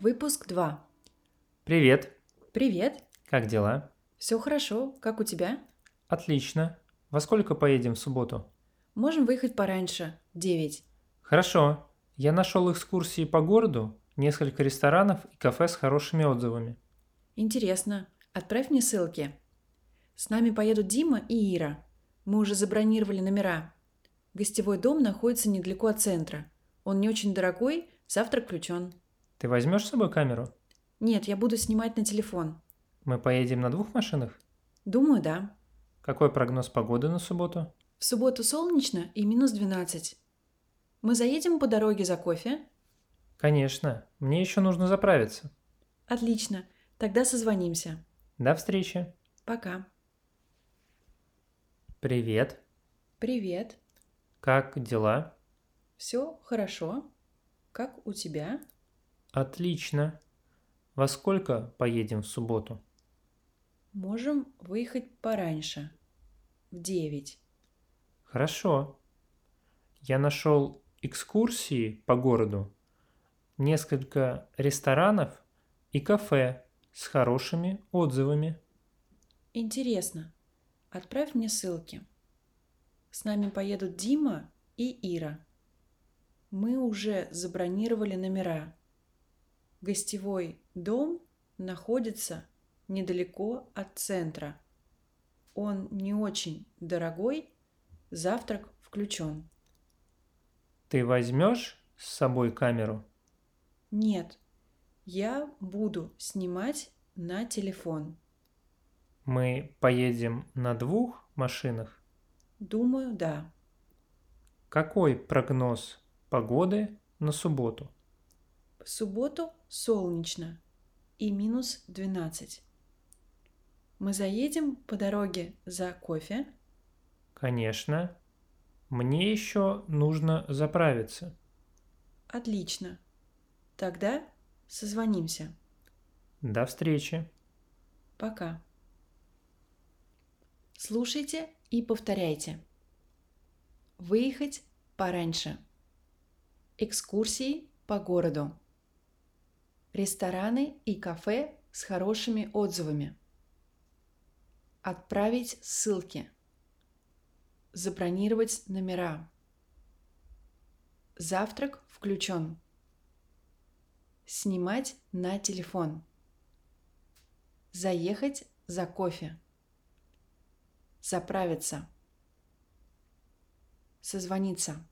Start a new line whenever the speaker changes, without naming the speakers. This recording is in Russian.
Выпуск 2.
Привет,
Привет.
как дела?
Все хорошо. Как у тебя?
Отлично. Во сколько поедем в субботу?
Можем выехать пораньше. 9.
Хорошо. Я нашел экскурсии по городу, несколько ресторанов и кафе с хорошими отзывами.
Интересно. Отправь мне ссылки. С нами поедут Дима и Ира. Мы уже забронировали номера. Гостевой дом находится недалеко от центра. Он не очень дорогой, завтрак включен.
Ты возьмешь с собой камеру?
Нет, я буду снимать на телефон.
Мы поедем на двух машинах?
Думаю, да.
Какой прогноз погоды на субботу?
В субботу солнечно и минус 12. Мы заедем по дороге за кофе?
Конечно, мне еще нужно заправиться.
Отлично. Тогда созвонимся.
До встречи.
Пока.
Привет,
Привет.
как дела?
Все хорошо. Как у тебя?
Отлично. Во сколько поедем в субботу?
Можем выехать пораньше. В 9.
Хорошо. Я нашел экскурсии по городу, несколько ресторанов и кафе с хорошими отзывами.
Интересно. Отправь мне ссылки. С нами поедут Дима и Ира. Мы уже забронировали номера. Гостевой дом находится недалеко от центра. Он не очень дорогой, завтрак включен.
Ты возьмешь с собой камеру?
Нет, я буду снимать на телефон.
Мы поедем на двух машинах.
Думаю, да.
Какой прогноз погоды на субботу?
В субботу солнечно и минус 12. Мы заедем по дороге за кофе.
Конечно. Мне еще нужно заправиться.
Отлично. Тогда созвонимся.
До встречи.
Пока. Слушайте и повторяйте. Выехать пораньше. Экскурсии по городу. Рестораны и кафе с хорошими отзывами. Отправить ссылки. Забронировать номера. Завтрак включен. Снимать на телефон. Заехать за кофе. Заправиться. Созвониться.